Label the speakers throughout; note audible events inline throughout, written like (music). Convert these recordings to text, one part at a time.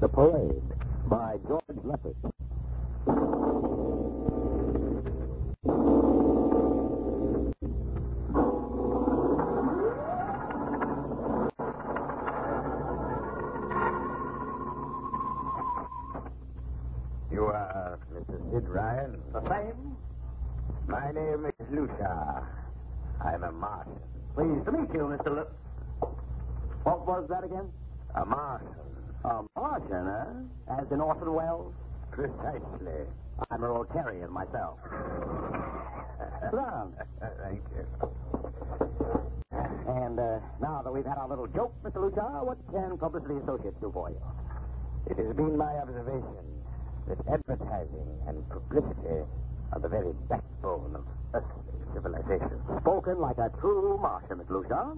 Speaker 1: The Parade by George Leffert.
Speaker 2: You are Mr. Sid Ryan? The same. My name is Lucia. I'm a Martian.
Speaker 1: Pleased to meet you, Mr. Lip. What was that again?
Speaker 2: A Martian.
Speaker 1: A Martian, eh? As in Orson Welles?
Speaker 2: Precisely.
Speaker 1: I'm a Rotarian
Speaker 2: (laughs)
Speaker 1: myself. Sit down.
Speaker 2: Thank you.
Speaker 1: And uh, now that we've had our little joke, Mr. Luchar, what can Publicity Associates do for you?
Speaker 2: It has been my observation that advertising and publicity are the very backbone of earthly civilization.
Speaker 1: Spoken like a true Martian, Mr. Luchar.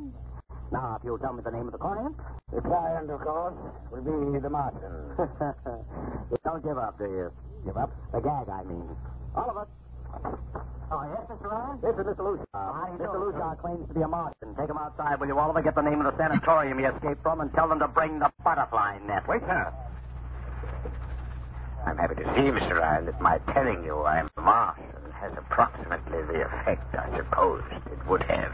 Speaker 1: Now, if you'll tell me the name of the client.
Speaker 2: The client, of course, will be
Speaker 1: (laughs)
Speaker 2: the Martian.
Speaker 1: You Don't give up, do you?
Speaker 2: Give up?
Speaker 1: The gag, I mean. Oliver. Oh, yes, Ah, Mr. Ryan? This is Mr. Luchar. Mr. Luchar claims to be a Martian. Take him outside, will you, Oliver? Get the name of the sanatorium he escaped from and tell them to bring the butterfly net.
Speaker 2: Wait, sir. I'm happy to see, Mr. Ryan, that my telling you I'm a Martian has approximately the effect I supposed it would have.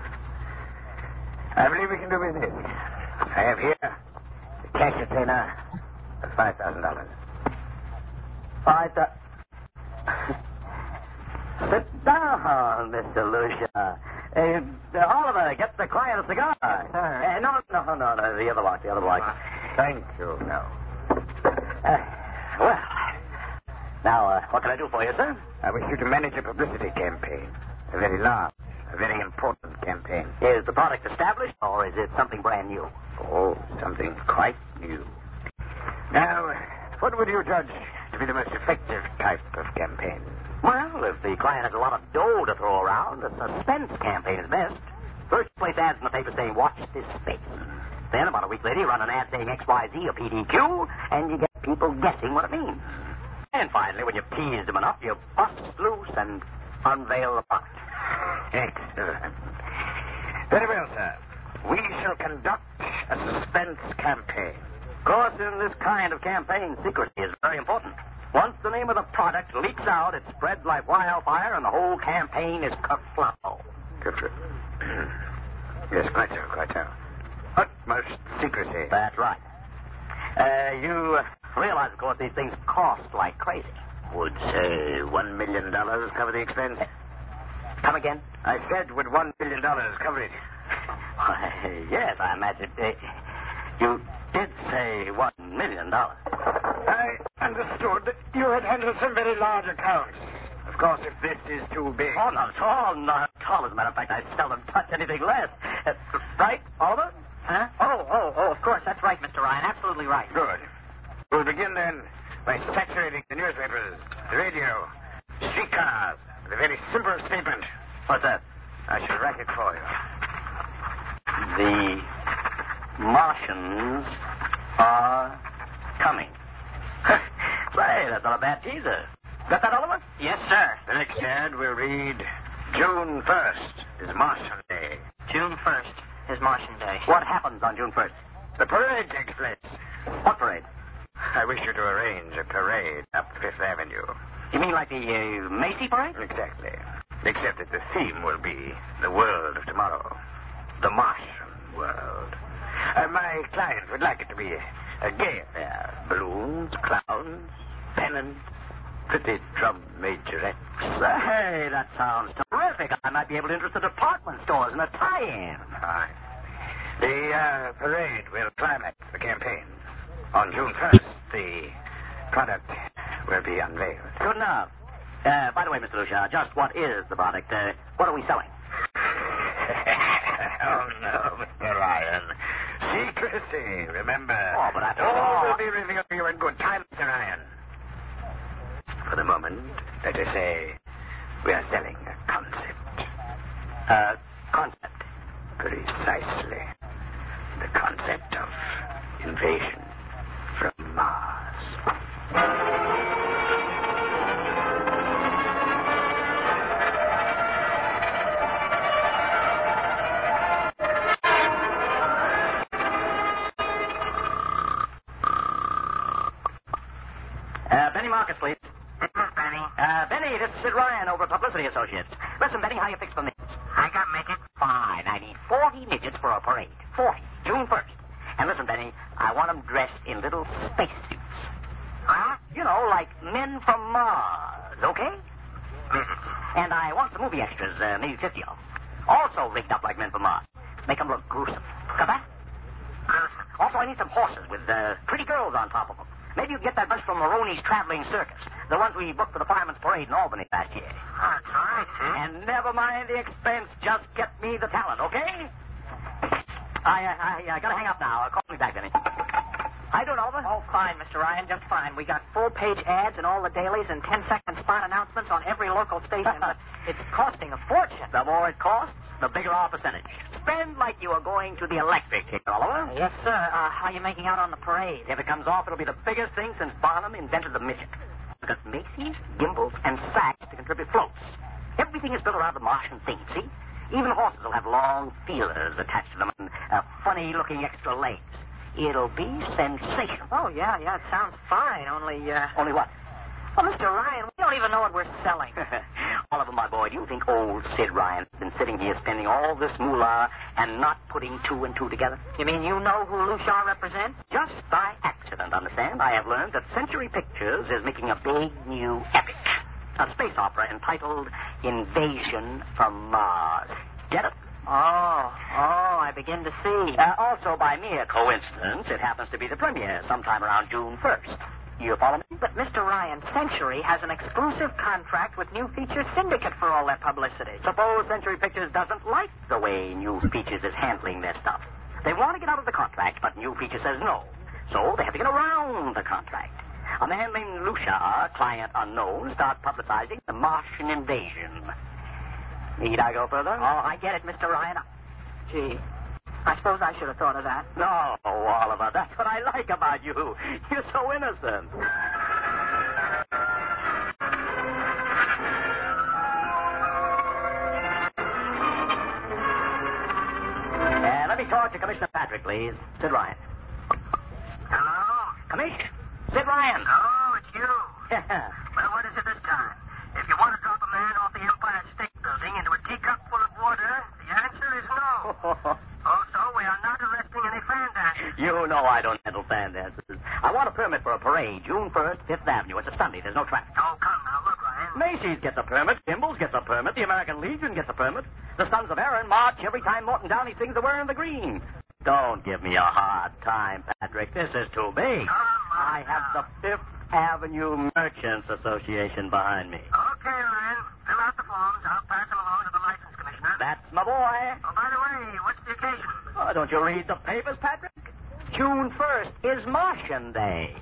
Speaker 2: I believe we can do business. I have here the cash retainer of five thousand dollars.
Speaker 1: Five th- Sit down, Mr. Lucia. Uh, Oliver, get the client a cigar. Uh, no, no, no, no, the other block, the other block.
Speaker 2: Ah, Thank you. No.
Speaker 1: Uh, well, now, uh, what can I do for you, sir?
Speaker 2: I wish you to manage a publicity campaign. A very large, a very important campaign.
Speaker 1: Is the product established, or is it something brand new?
Speaker 2: Oh, something quite new. Now, what would you judge to be the most effective type of campaign?
Speaker 1: Well, if the client has a lot of dough to throw around, a suspense campaign is best. First, place ads in the paper saying, watch this space. Then, about a week later, you run an ad saying XYZ or PDQ, and you get people guessing what it means. And finally, when you've teased them enough, you bust loose and unveil the product.
Speaker 2: Excellent. Very well, sir. We shall conduct a suspense campaign.
Speaker 1: Of course, in this kind of campaign, secrecy is very important. Once the name of the product leaks out, it spreads like wildfire, and the whole campaign is kerfluffle.
Speaker 2: Good. (clears throat) yes, quite so, quite so. Utmost secrecy.
Speaker 1: That's right. Uh, you uh, realize, of course, these things cost like crazy.
Speaker 2: Would say one million dollars cover the expense?
Speaker 1: Come again?
Speaker 2: I said would one million dollars cover it?
Speaker 1: Why, yes, I imagine. Uh, you did say one million dollars.
Speaker 2: I understood that you had handled some very large accounts. Of course, if this is too big.
Speaker 1: Oh, not at all, not at all. As a matter of fact, I seldom touch anything less. Uh, right, Oliver? Huh? Oh, oh, oh, of course. That's right, Mr. Ryan. Absolutely right.
Speaker 2: Good. We'll begin then by saturating the newspapers, the radio, streetcars, with a very simple statement.
Speaker 1: What's that?
Speaker 2: I shall write it for you.
Speaker 1: The Martians are coming.
Speaker 2: (laughs)
Speaker 1: Say, that's not a bad teaser. Got that, Oliver? Yes, sir.
Speaker 2: The next ad will read June 1st is Martian Day.
Speaker 3: June 1st is Martian Day.
Speaker 1: What happens on June 1st?
Speaker 2: The parade takes place.
Speaker 1: What parade?
Speaker 2: I wish you to arrange a parade up Fifth Avenue.
Speaker 1: You mean like the uh, Macy parade?
Speaker 2: Exactly. Except that the theme will be the world of tomorrow. The Martian world. Uh, my client would like it to be a gay affair. Balloons, clowns, pennants, pretty drum majorettes. Uh,
Speaker 1: Say, that sounds terrific. I might be able to interest the department stores in a tie-in.
Speaker 2: Aye. The uh, parade will climax the campaign. On June 1st, the product will be unveiled.
Speaker 1: Good enough. Uh, by the way, Mr. Lucia, just what is the product? Uh, what are we selling?
Speaker 2: (laughs) oh, no, Mr. Ryan. Secrecy, remember.
Speaker 1: Oh, but I don't
Speaker 2: All
Speaker 1: know.
Speaker 2: will be revealed to you in good time, Mr. Ryan. For the moment, let us say we are selling a concept.
Speaker 1: Uh, concept.
Speaker 2: Precisely. The concept of invasion from Mars.
Speaker 1: Uh, Benny Marcus, please.
Speaker 3: This is Benny.
Speaker 1: Uh, Benny, this is Sid Ryan over at Publicity Associates. Listen, Benny, how you fix for me?
Speaker 3: I got midget.
Speaker 1: Fine. I need 40 midgets for a parade. 40. June 1st. And listen, Benny, I want them dressed in little spacesuits.
Speaker 3: Well,
Speaker 1: You know, like men from Mars, okay?
Speaker 3: midget.
Speaker 1: And I want some movie extras, uh, maybe 50 of them. Also rigged up like men from Mars. Make them look gruesome. Got that?
Speaker 3: Gruesome.
Speaker 1: Uh, Also, I need some horses with uh, pretty girls on top of them. Maybe you can get that bunch from Maroney's Traveling Circus, the ones we booked for the Fireman's Parade in Albany last year.
Speaker 3: Oh, it's all right, Sid.
Speaker 1: And never mind the expense. Just get me the talent, okay? I, I, I gotta hang up now. Uh, Call me back, Benny. I do it, Oliver.
Speaker 3: Oh, fine, Mr. Ryan, just fine. We got full-page ads in all the dailies and ten-second spot announcements on every local station,
Speaker 1: (laughs)
Speaker 3: but it's costing a fortune.
Speaker 1: The more it costs, the bigger our percentage. Spend like you are going to the electric, here, Oliver.
Speaker 3: Yes, sir. Uh, how are you making out on the parade?
Speaker 1: If it comes off, it'll be the biggest thing since Barnum invented the midget. We've got Macy's, Gimbals, and Saks to contribute floats. Everything is built around the Martian theme, see? Even horses will have long feelers attached to them and uh, funny-looking extra legs. It'll be sensational.
Speaker 3: Oh, yeah, yeah, it sounds fine, only, uh...
Speaker 1: Only what? (laughs)
Speaker 3: Well, Mr. Ryan, we don't even know what we're selling.
Speaker 1: Oliver, my boy, do you think old Sid Ryan's been sitting here spending all this moolah and not putting two and two together?
Speaker 3: You mean you know who Lushar represents?
Speaker 1: Just by accident, understand, I have learned that Century Pictures is making a big new epic. A space opera entitled Invasion from Mars. Get it?
Speaker 3: Oh, oh, I begin to see.
Speaker 1: Uh, also, by mere coincidence, it happens to be the premiere sometime around June 1st. You follow me?
Speaker 3: But Mr. Ryan, Century has an exclusive contract with New Feature Syndicate for all their publicity.
Speaker 1: Suppose Century Pictures doesn't like the way New Features is handling their stuff. They want to get out of the contract, but New Features says no. So they have to get around the contract. A man named Lucia, client unknown, starts publicizing the Martian invasion. Need I go further?
Speaker 3: Oh, I get it, Mr. Ryan. Gee, I suppose I should have thought of that.
Speaker 1: No, Oliver, that's what I like about you. You're so innocent. Uh, let me talk to Commissioner Patrick, please. Sid Ryan.
Speaker 2: Hello?
Speaker 1: Commissioner? Sid Ryan. (laughs)
Speaker 2: Oh, it's you. Well, what is it this time? If you want to drop a man off the Empire State Building into a teacup full of water, the answer is
Speaker 4: (laughs)
Speaker 2: no. Also, we are not arresting any fan dancers.
Speaker 1: you know I don't handle fan dances. I want a permit for a parade, June 1st, 5th Avenue. It's a Sunday. There's no traffic.
Speaker 2: Oh, come now, look, Ryan.
Speaker 1: Macy's gets a permit. Gimbals gets a permit. The American Legion gets a permit. The Sons of Aaron march every time Morton Downey sings the We're in the Green. Don't give me a hard time, Patrick. This is too big. I have the Fifth Avenue Merchants Association behind me.
Speaker 2: Okay, Ryan. Fill out the forms. I'll pass them along to the license commissioner.
Speaker 1: That's my boy.
Speaker 2: Oh, by the way, what's the occasion?
Speaker 1: Oh, don't you read the papers, Patrick? June 1st is Martian Day.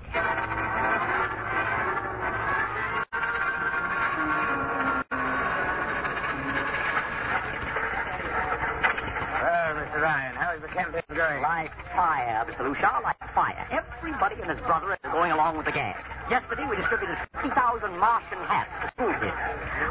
Speaker 2: Well, Mr. Uh, Ryan, how is the campaign going?
Speaker 1: Like fire, Mr. Luchard, like fire. Everybody and his brother is going along with the gang. Yesterday, we distributed 50,000 Martian hats to school kids.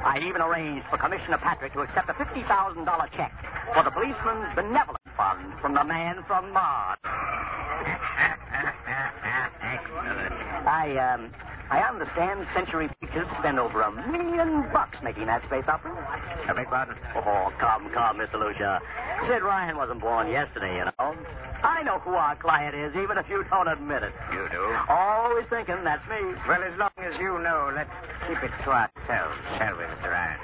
Speaker 1: I even arranged for Commissioner Patrick to accept a $50,000 check for the Policeman's Benevolent Fund from the man from
Speaker 2: (laughs)
Speaker 1: Mars. I, um, I understand Century Pictures spend over a million bucks making that space opera.
Speaker 2: I beg pardon?
Speaker 1: Oh, come, come, Mr. Lucia. Sid Ryan wasn't born yesterday, you know. I know who our client is, even if you don't admit it.
Speaker 2: You do?
Speaker 1: Always thinking that's me.
Speaker 2: Well, as long as you know, let's keep it to ourselves, shall we, Mr. Ryan?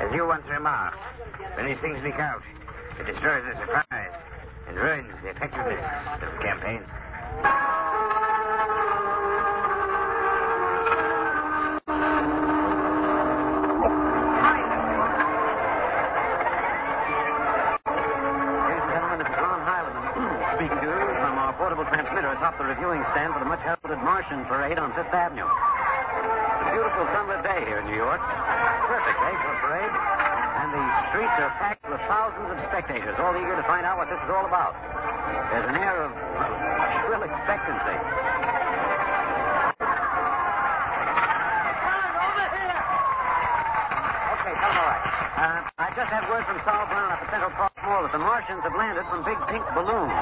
Speaker 2: As you once remarked, when these things leak out, it destroys the surprise. It ruins the effectiveness of the campaign.
Speaker 5: Ladies and gentlemen, this is Ron Highland speaking to you from our portable transmitter atop the reviewing stand for the much heralded Martian parade on Fifth Avenue. It's a beautiful sunlit day here in New York. Perfect day for a parade. And the streets are packed with thousands of spectators, all eager to find out what this is all about. There's an air of shrill expectancy. Okay, tell them all right. Uh, I just had word from Sol Brown at the Central Park Mall that the Martians have landed some big pink balloons.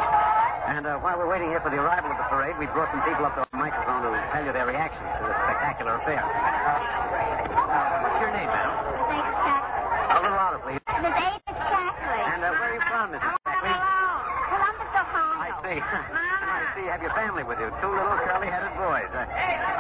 Speaker 5: And uh, while we're waiting here for the arrival of the parade, we brought some people up to our microphone to tell you their reactions to the spectacular.
Speaker 1: out there. Uh, What's your name, ma'am?
Speaker 6: Thanks, Jack.
Speaker 1: A little louder, please.
Speaker 6: The baby's Catholic.
Speaker 1: And, uh, where are you from, Mrs.
Speaker 6: I want to
Speaker 1: Beckley?
Speaker 6: alone. Columbus, Ohio.
Speaker 1: I see. (laughs)
Speaker 6: Mama.
Speaker 1: I (laughs) see. You have your family with you. Two little curly-headed boys. Uh,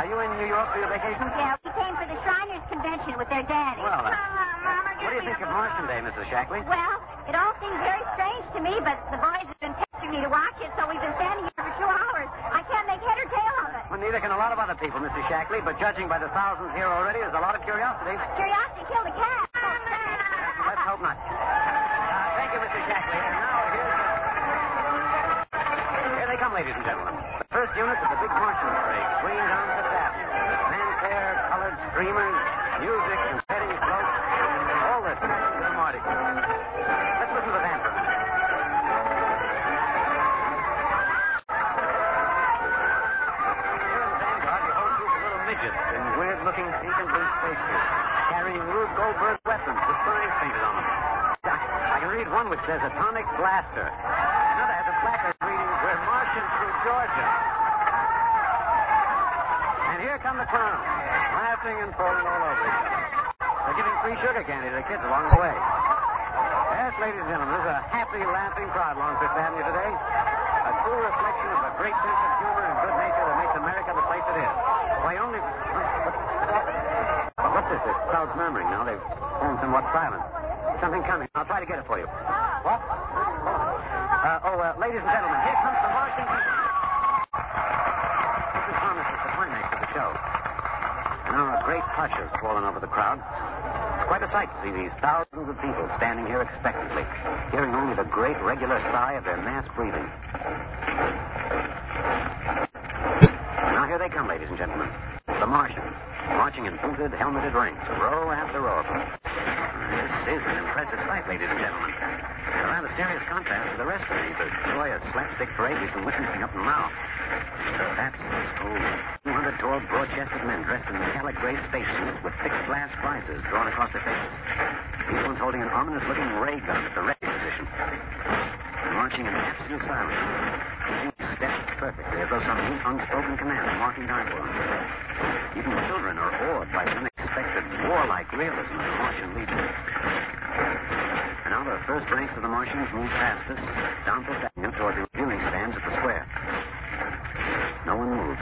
Speaker 1: are you in New York for your vacation?
Speaker 6: Yeah, we came for the Shriners Convention with their daddy.
Speaker 1: Well, uh,
Speaker 6: Come on, Mama,
Speaker 1: What do you
Speaker 6: give me
Speaker 1: think
Speaker 6: the
Speaker 1: of Martian Day,
Speaker 6: balloon.
Speaker 1: Mrs. Shackley?
Speaker 6: Well, it all seems very strange to me, but the boys have been pestering me to watch it, so we've been standing here for two hours. I can't make head or tail of it.
Speaker 1: Well, neither can a lot of other people, Mrs. Shackley, but judging by the thousands here already, there's a lot of curiosity.
Speaker 6: Curiosity killed the cat.
Speaker 1: Let's
Speaker 6: (laughs)
Speaker 1: hope not. Uh, thank you, Mrs. Shackley. And now here's the... Here they come, ladies and gentlemen. The first unit of the big Martian parade swinging down Fifth Avenue. There's fanfare, colored streamers, music, confetti, floats, all this for the Mardi Gras. Let's listen to that for a minute. Here in Vanguard, the whole group of little midgets in weird-looking pink and blue spacesuits, carrying Rube Goldberg weapons with signs painted on them. I, I can read one which says Atomic Blaster. Another has a placard reading, We're Martians through Georgia. And here come the clowns, laughing and falling all over each other. They're giving free sugar candy to the kids along the way. Yes, ladies and gentlemen, there's a happy, laughing crowd along Fifth Avenue today. A true reflection of the great sense of humor and good nature that makes America the place it is. Why, only. What's, what's this? The crowd's murmuring now. They've fallen somewhat silent. Something coming. I'll try to get it for you. What? Uh, oh, uh, ladies and gentlemen, here comes the Martian. This is promises the climax of the show. And now a great hush has fallen over the crowd. It's quite a sight to see these thousands of people standing here expectantly, hearing only the great regular sigh of their mass breathing. And now here they come, ladies and gentlemen. The Martians, marching in booted, helmeted ranks, row after row of them. This is an impressive sight, ladies and gentlemen. A rather serious contrast to the rest of these, the joyous slapstick parade we've been witnessing up till now. That's, oh, 200 tall, broad-chested men dressed in metallic gray spacesuits with thick glass visors drawn across their faces. Each one's holding an ominous-looking ray gun at the ready position. They're marching in absolute silence. Each step perfectly, as though some neat, unspoken command is marking down for them. Even the children are awed by the unexpected warlike realism of the Martian legion. And now the first ranks of the Martians move past us, down Fifth Avenue toward the reviewing stands at the square. No one moves.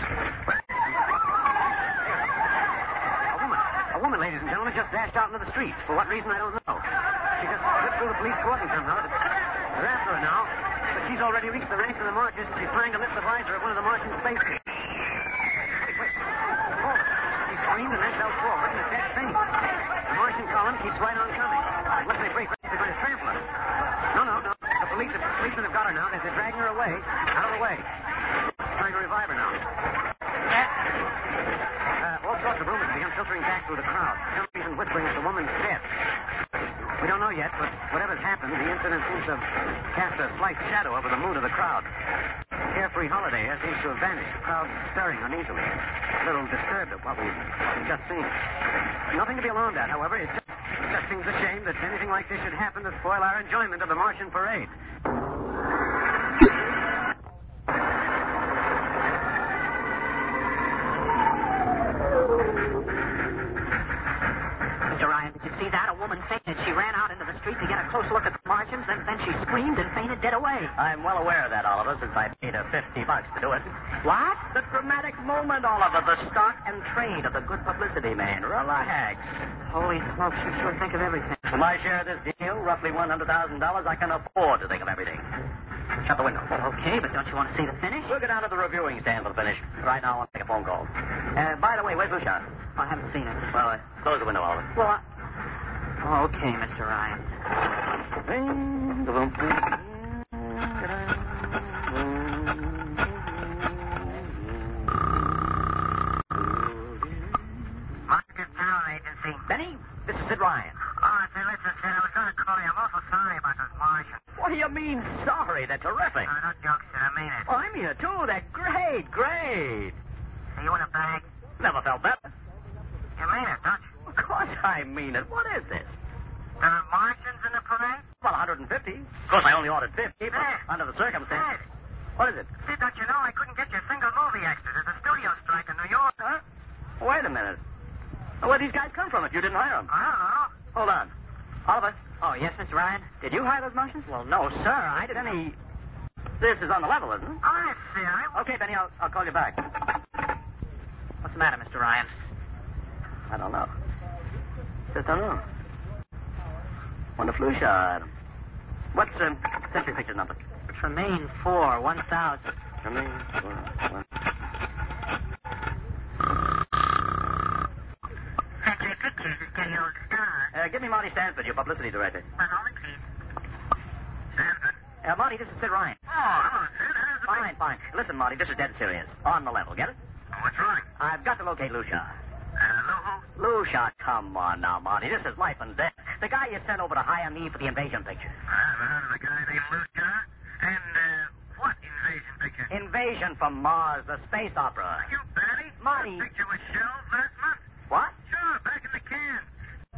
Speaker 1: A woman, a woman, ladies and gentlemen, just dashed out into the street. For what reason, I don't know. She just slipped through the police cordon somehow. They're after her now. But she's already reached the ranks of the marchers, and she's trying to lift the visor of one of the Martian spaces. Wait. Oh, she screamed and then fell forward in a dead faint. The Martian column keeps right on coming. Unless they break, they're going to trample her. No, no, no. The police, the policemen have got her now. They're they're dragging her away, out of the way. Trying to revive her now. Uh, all sorts of rumors began filtering back through the crowd. Some even whispering that the woman's dead. We don't know yet, but whatever's happened, the incident seems to have cast a slight shadow over the mood of the crowd. Carefree holiday air seems to have vanished. The crowd's stirring uneasily, a little disturbed at what we've, what we've just seen. Nothing to be alarmed at, however. It just, it just seems a shame that anything like this should happen to spoil our enjoyment of the Martian parade.
Speaker 4: Mr. Ryan, did you see that? A woman fainted. She ran out into the street to get a close look at the Martians, and then she screamed and fainted dead away.
Speaker 7: I'm well aware of that, Oliver, since I paid her 50 bucks to do it.
Speaker 4: What?
Speaker 7: The dramatic moment, Oliver, the stock and trade of the good publicity man. Relax.
Speaker 4: Holy smoke, you sure think of everything.
Speaker 7: For my share of this deal, roughly $100,000, I can afford to think of everything. Shut the window.
Speaker 4: Okay, but don't you want to see the finish?
Speaker 7: We'll go down to the reviewing stand for the finish. Right now, I want to make a phone call. Uh, by the way, where's Lucia?
Speaker 4: I haven't seen it.
Speaker 7: Well, uh, close the window, Oliver.
Speaker 4: Well, I... Oh, okay, Mr. Ryan.
Speaker 2: Market General Agency.
Speaker 7: Benny, this is Sid Ryan.
Speaker 2: Oh, say, listen, Sid, I was going to call you. I'm awful sorry about those Martians. Uh,
Speaker 7: What do you mean, sorry? They're terrific.
Speaker 2: No, no joke, Sid. I mean it.
Speaker 7: Oh, I'm here, too. They're great, great.
Speaker 2: Hey, you want a bag?
Speaker 7: Never felt better.
Speaker 2: You mean it, don't you?
Speaker 7: Of course I mean it. What is this?
Speaker 2: There are Martians in the parade?
Speaker 7: Well, 150. Of course, I only ordered 50, but
Speaker 2: Hey.
Speaker 7: under the circumstances. What is it?
Speaker 2: Sid, don't you know I couldn't get you a single movie extra? There's a studio strike in New York. Huh?
Speaker 7: Wait a minute.
Speaker 1: Where'd these guys come from if you didn't hire them?
Speaker 8: I don't know.
Speaker 1: Hold on. Oliver,
Speaker 9: Oh, yes, Mr. Ryan?
Speaker 1: did you hire those Martians?
Speaker 9: Well, no, sir. I didn't.
Speaker 1: Benny, this is on the level, isn't it?
Speaker 8: I see. I
Speaker 1: Okay, Benny, I'll, I'll call you back.
Speaker 9: Oh, What's the matter, Mr. Ryan?
Speaker 1: I don't know. Just don't know. Wonder flu shot. What's um, century picture number?
Speaker 9: Tremaine 4, 1000.
Speaker 1: Come in. One, one.
Speaker 8: Century Pictures is Getty Old Star.
Speaker 1: Uh, give me Marty Stanford, your publicity director.
Speaker 8: One moment, please. Stanford.
Speaker 1: Uh, Marty, this is Sid Ryan.
Speaker 8: Oh, hello, Sid. How's it
Speaker 1: Fine, fine. Listen, Marty, this is dead serious. On the level, get it?
Speaker 2: Oh,
Speaker 8: What's wrong?
Speaker 1: I've got to locate Lucia.
Speaker 2: Uh,
Speaker 8: Hello?
Speaker 1: Lucia, come on now, Marty. This is life and death. The guy you sent over to hire me for the invasion picture.
Speaker 8: I've heard of a Ah, guy named Luca. And, uh, what invasion picture?
Speaker 1: Invasion from Mars, the space opera.
Speaker 8: You batty.
Speaker 1: Marty.
Speaker 8: That picture was shelved last month.
Speaker 1: What?
Speaker 8: Sure, back in the can.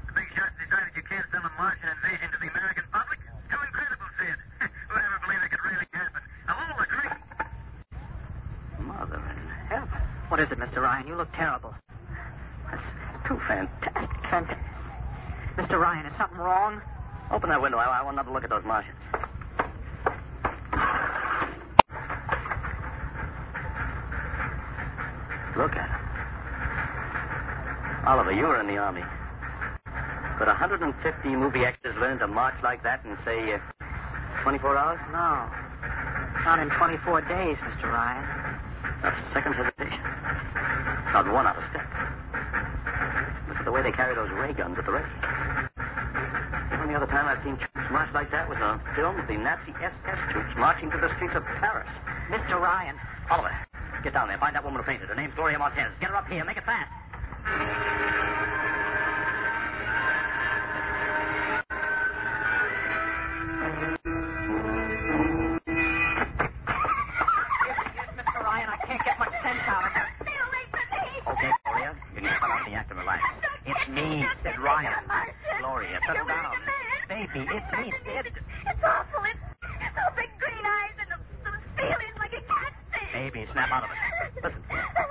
Speaker 8: The big shots decided you can't sell a Martian invasion to the American public. Too incredible, Sid. (laughs) Who'd ever believe it could really happen? A whole agree.
Speaker 1: Mother in heaven.
Speaker 9: What is it, Mr. Ryan? You look terrible.
Speaker 1: That's too fantastic. Fantastic.
Speaker 9: Mr. Ryan, is something wrong?
Speaker 1: Open that window. I, I want another look at those Martians. Look at them. Oliver, you were in the army. Could 150 movie actors learn to march like that in, say, uh, 24 hours?
Speaker 9: No. Not in 24 days, Mr. Ryan.
Speaker 1: Not a second hesitation. Not one out of step. Look at the way they carry those ray guns at the ready. The only other time I've seen troops march like that was on film of the Nazi SS troops marching through the streets of Paris.
Speaker 9: Mr. Ryan.
Speaker 1: Oliver, get down there. Find that woman who fainted. Her name's Gloria Martinez. Get her up here. Make it fast.
Speaker 9: Yes, Mr. Ryan, I can't get much sense out of it.
Speaker 6: Too late for me.
Speaker 1: Okay, Gloria. You need to come out in the act and relax. It's me, said Ryan. Gloria, settle down. Baby, it's me, Sid.
Speaker 6: It's awful. It's those big green eyes and those, those feelings like a catfish.
Speaker 1: Baby, snap out of it. Listen,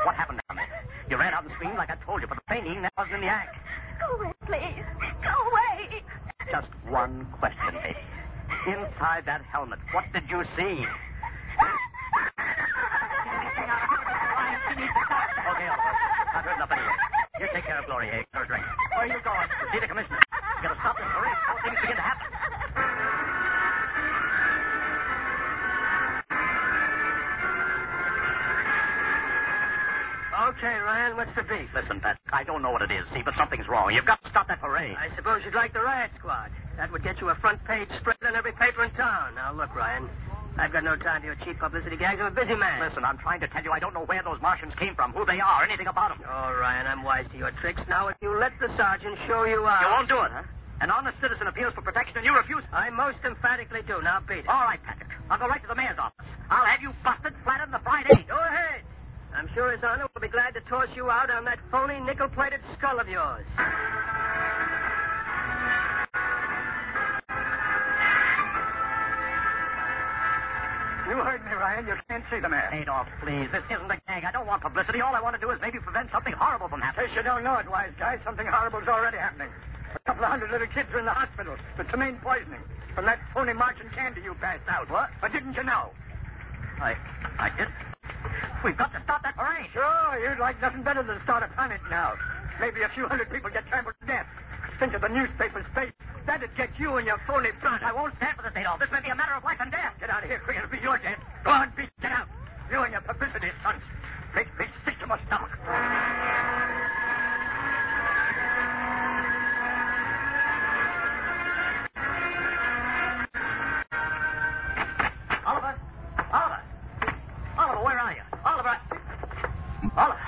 Speaker 1: what happened down there? You ran out and screamed like I told you, but the fainting that wasn't in the act.
Speaker 6: Go away, please. Go away.
Speaker 1: Just one question, baby. Inside that helmet, what did you see? Okay, Oliver. I've heard enough anyway. You take care of Gloria. Get her a drink. Where are you going? To see the commissioner. You gotta stop this parade before things begin to happen.
Speaker 2: Okay, Ryan, what's the beef?
Speaker 1: Listen, Pat, I don't know what it is, see, but something's wrong. You've got to stop that parade.
Speaker 2: I suppose you'd like the riot squad. That would get you a front page spread in every paper in town. Now, look, Ryan, I've got no time for your cheap publicity gags. I'm a busy man.
Speaker 1: Listen, I'm trying to tell you I don't know where those Martians came from, who they are, anything about them.
Speaker 2: Oh, Ryan, I'm wise to your tricks. Now, if you let the sergeant show you out.
Speaker 1: You won't do it, huh? An honest citizen appeals for protection and you refuse.
Speaker 2: I most emphatically do. Now, beat it.
Speaker 1: All right, Patrick. I'll go right to the mayor's office. I'll have you busted flat on the Friday.
Speaker 2: Go ahead. I'm sure His Honor will be glad to toss you out on that phony nickel plated skull of yours.
Speaker 1: You heard me, Ryan. You can't see the mayor. Adolf, please. This isn't a gag. I don't want publicity. All I want to do is maybe prevent something horrible from happening.
Speaker 2: you don't know it, wise guy, something horrible's already happening. A couple of hundred little kids are in the hospital. The Tremaine poisoning. From that phony marching candy you passed out. What? Or didn't you know?
Speaker 1: I, I did. We've got to stop that parade.
Speaker 2: Sure, you'd like nothing better than to start a panic now. Maybe a few hundred people get trampled to death. Think of the newspaper's face. That'd get you and your phony brother.
Speaker 1: I won't stand for this, Adolf. This may be a matter of life and death.
Speaker 2: Get out of here quick. It'll be your death. Go on, beat. Get out. You and your publicity stunts. Make me sick to my stomach.
Speaker 1: Oliver? Oliver? Oliver, where are you? Oliver! I- Oliver!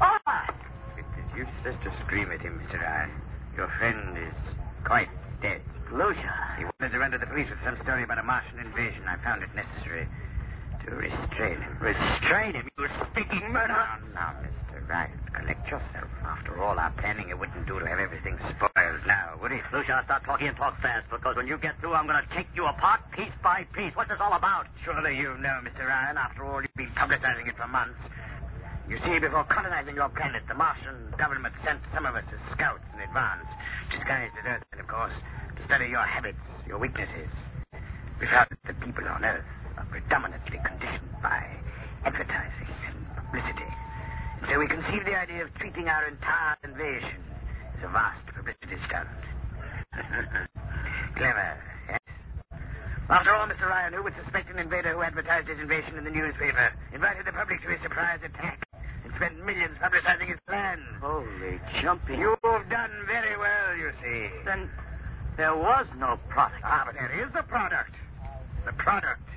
Speaker 1: Oliver!
Speaker 2: It is useless to scream at him, Mr. Ryan. Your friend is quite dead.
Speaker 1: Lucia.
Speaker 2: He wanted to run to the police with some story about a Martian invasion. I found it necessary to restrain him.
Speaker 1: Restrain him, you stinking murderer!
Speaker 2: Now, now, Mr. Ryan, collect yourself. After all our planning, it wouldn't do to have everything spoiled now, would it?
Speaker 1: Lucia, stop talking and talk fast, because when you get through, I'm going to take you apart piece by piece. What's this all about?
Speaker 2: Surely you know, Mr. Ryan. After all, you've been publicizing it for months. You see, before colonizing your planet, the Martian government sent some of us as scouts in advance, disguised as Earthmen, of course, to study your habits, your weaknesses. We found that the people on Earth are predominantly conditioned by advertising and publicity. And so we conceived the idea of treating our entire invasion as a vast publicity stunt. (laughs) Clever, eh? yes? After all, Mr. Ryan, who would suspect an invader who advertised his invasion in the newspaper, invited the public to his surprise attack, and spent millions publicizing his plan?
Speaker 5: Holy jumping.
Speaker 2: You've done very well, you see.
Speaker 5: Then there was no product.
Speaker 2: Ah, but there is the product. The product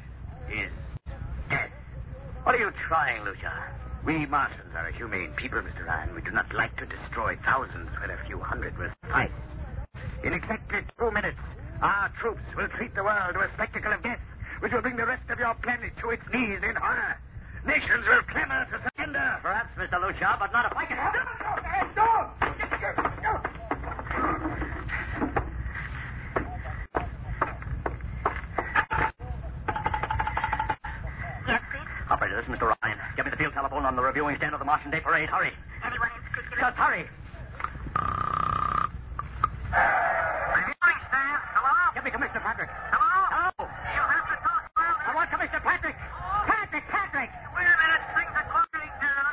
Speaker 2: is death. What are you trying, Lucia? We Martians are a humane people, Mr. Ryan. We do not like to destroy thousands when a few hundred will suffice. In exactly two minutes, our troops will treat the world to a spectacle of death, which will bring the rest of your planet to its knees in horror. Nations will clamor to surrender.
Speaker 5: Perhaps, Mr. Lucia, but not if I can help it.
Speaker 6: Yes, please.
Speaker 5: Operator, this is Mr. Ryan. Give me the field telephone on the reviewing stand of the Martian Day Parade. Hurry.
Speaker 6: Anyone in particular?
Speaker 5: Just hurry.
Speaker 10: Reviewing stand. Hello?
Speaker 5: Give me Commissioner Patrick.
Speaker 10: Hello? Hello? You have to talk
Speaker 5: I
Speaker 10: louder.
Speaker 5: want Commissioner Patrick. Patrick, Patrick.
Speaker 10: Wait a minute. Things are quieting down.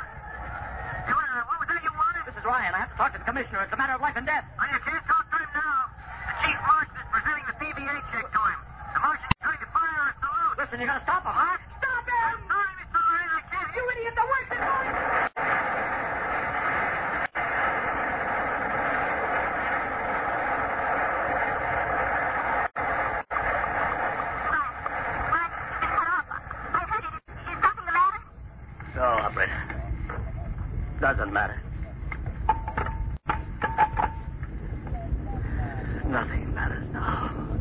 Speaker 10: You, uh, what was that you wanted?
Speaker 5: This is Ryan. I have to talk to the commissioner. It's a matter of life and death.
Speaker 10: Oh, you can't talk to him now. The chief marshal is presenting the PBA check to him. The marshal is going to fire us to loot.
Speaker 5: Listen, you got to stop him. Huh? Stop
Speaker 10: I'm sorry, Mr. Lane, I can't. You idiot, the worst is
Speaker 6: What? It's cut off. I heard it. Is something the matter?
Speaker 5: No, operator. Doesn't matter. Nothing matters now.